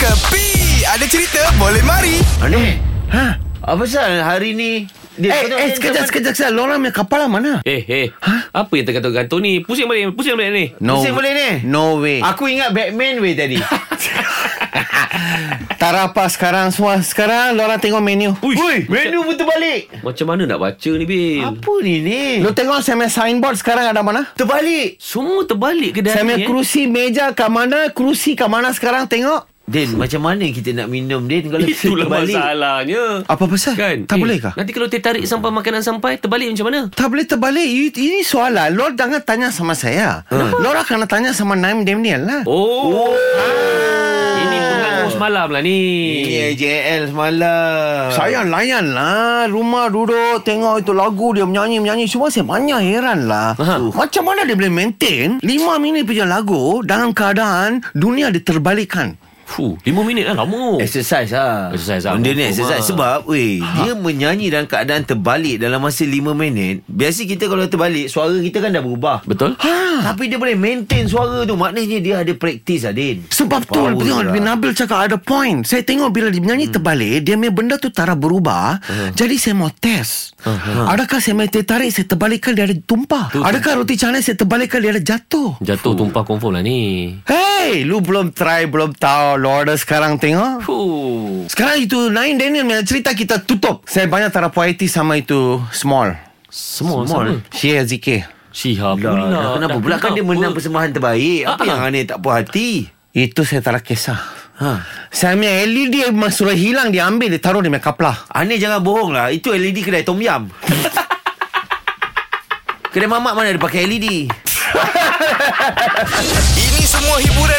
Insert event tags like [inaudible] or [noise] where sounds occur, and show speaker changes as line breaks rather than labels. Kepi Ada cerita boleh mari
Aneh
Ha?
Eh. Apa sal hari ni
Eh, eh, sekejap, sekejap, sekejap. Lorang punya kepala mana?
Eh, eh. Ha? Apa yang tergantung-gantung ni? Pusing balik, pusing balik ni.
Pusing boleh ni?
No way.
Aku ingat Batman weh
[laughs]
tadi
Tarapa sekarang semua. Sekarang lorang tengok menu.
Uish.
Ui, menu putar balik
Macam mana nak baca ni, Bil?
Apa ni ni?
Lu tengok saya punya signboard sekarang ada mana?
Terbalik
Semua terbalik ke dah
Saya
ni,
punya
eh?
kerusi meja kat mana? Kerusi kat mana sekarang tengok?
Din, macam mana kita nak minum Din
[laughs]
kalau kita
Itulah
terbalik?
masalahnya.
Apa pasal?
Kan?
eh.
Tak boleh kah?
Nanti kalau teh tarik sampai makanan sampai, terbalik macam mana?
Tak boleh terbalik You- Ini soalan Lor jangan tanya sama saya
Hmm.
Lor akan tanya sama Naim Demniel lah
Oh. Ini pengaruh malam lah ni.
Ya, JL semalam
Ah.
Saya layan lah Rumah duduk Tengok itu lagu Dia menyanyi-menyanyi Semua saya banyak heran lah
Aha.
Macam mana dia boleh maintain 5 minit punya lagu Dalam keadaan Dunia diterbalikkan
Fuh, lima minit lah lama.
Exercise lah
Exercise lah.
Benda ni
Betul
exercise
lah.
Sebab weh
Ha?
Dia menyanyi dalam keadaan terbalik Dalam masa 5 minit Biasa kita kalau terbalik Suara kita kan dah berubah
Betul?
ha.
Ah.
Tapi dia boleh maintain suara tu Maknanya dia ada praktis lah Din
sebab tu
Power lah.
tengok, Nabil cakap ada point Saya tengok bila dia menyanyi
Hmm.
terbalik Dia punya benda tu tak berubah Jadi saya mau test Adakah saya main teh tarik Saya terbalikkan dia ada tumpah
Tu, tu.
Adakah roti canai Saya terbalikkan dia ada jatuh
Jatuh tumpah confirm lah ni.
Hey, lu belum try, belum tahu. Lorda sekarang tengok.
Fuh.
Sekarang itu Nain Daniel punya cerita kita tutup. Saya banyak terapuaiti sama itu Small.
Semua sama.
Syia ZK.
Syihab
Lah,
pula.
dah Kenapa
Dah
pula Kan dia
kenapa?
menang persembahan terbaik Eh, Apa
Ah,
yang
ah.
aneh tak puas hati
Itu saya tak kisah.
Ha.
Saya punya LED memang suruh hilang Dia ambil dia taruh di make up lah
Aneh jangan bohong lah Itu LED kedai tom yam Kedai mamak mana ada pakai E LED
Ini semua hiburan